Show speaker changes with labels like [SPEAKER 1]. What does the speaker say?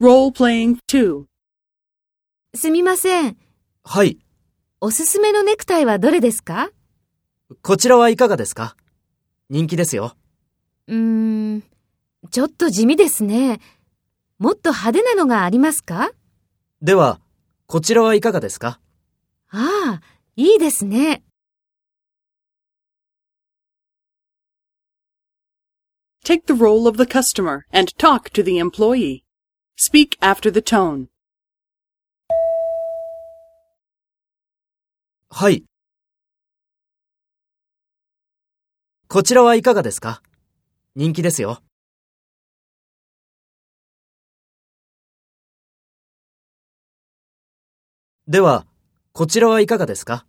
[SPEAKER 1] Role playing 2.
[SPEAKER 2] すみません。
[SPEAKER 3] はい。
[SPEAKER 2] おすすめのネクタイはどれですか
[SPEAKER 3] こちらはいかがですか人気ですよ。
[SPEAKER 2] うーん、ちょっと地味ですね。もっと派手なのがありますか
[SPEAKER 3] では、こちらはいかがですか
[SPEAKER 2] ああ、いいですね。
[SPEAKER 1] Take the role of the customer and talk to the employee. Speak after the tone.
[SPEAKER 3] はい。こちらはいかがですか人気ですよ。では、こちらはいかがですか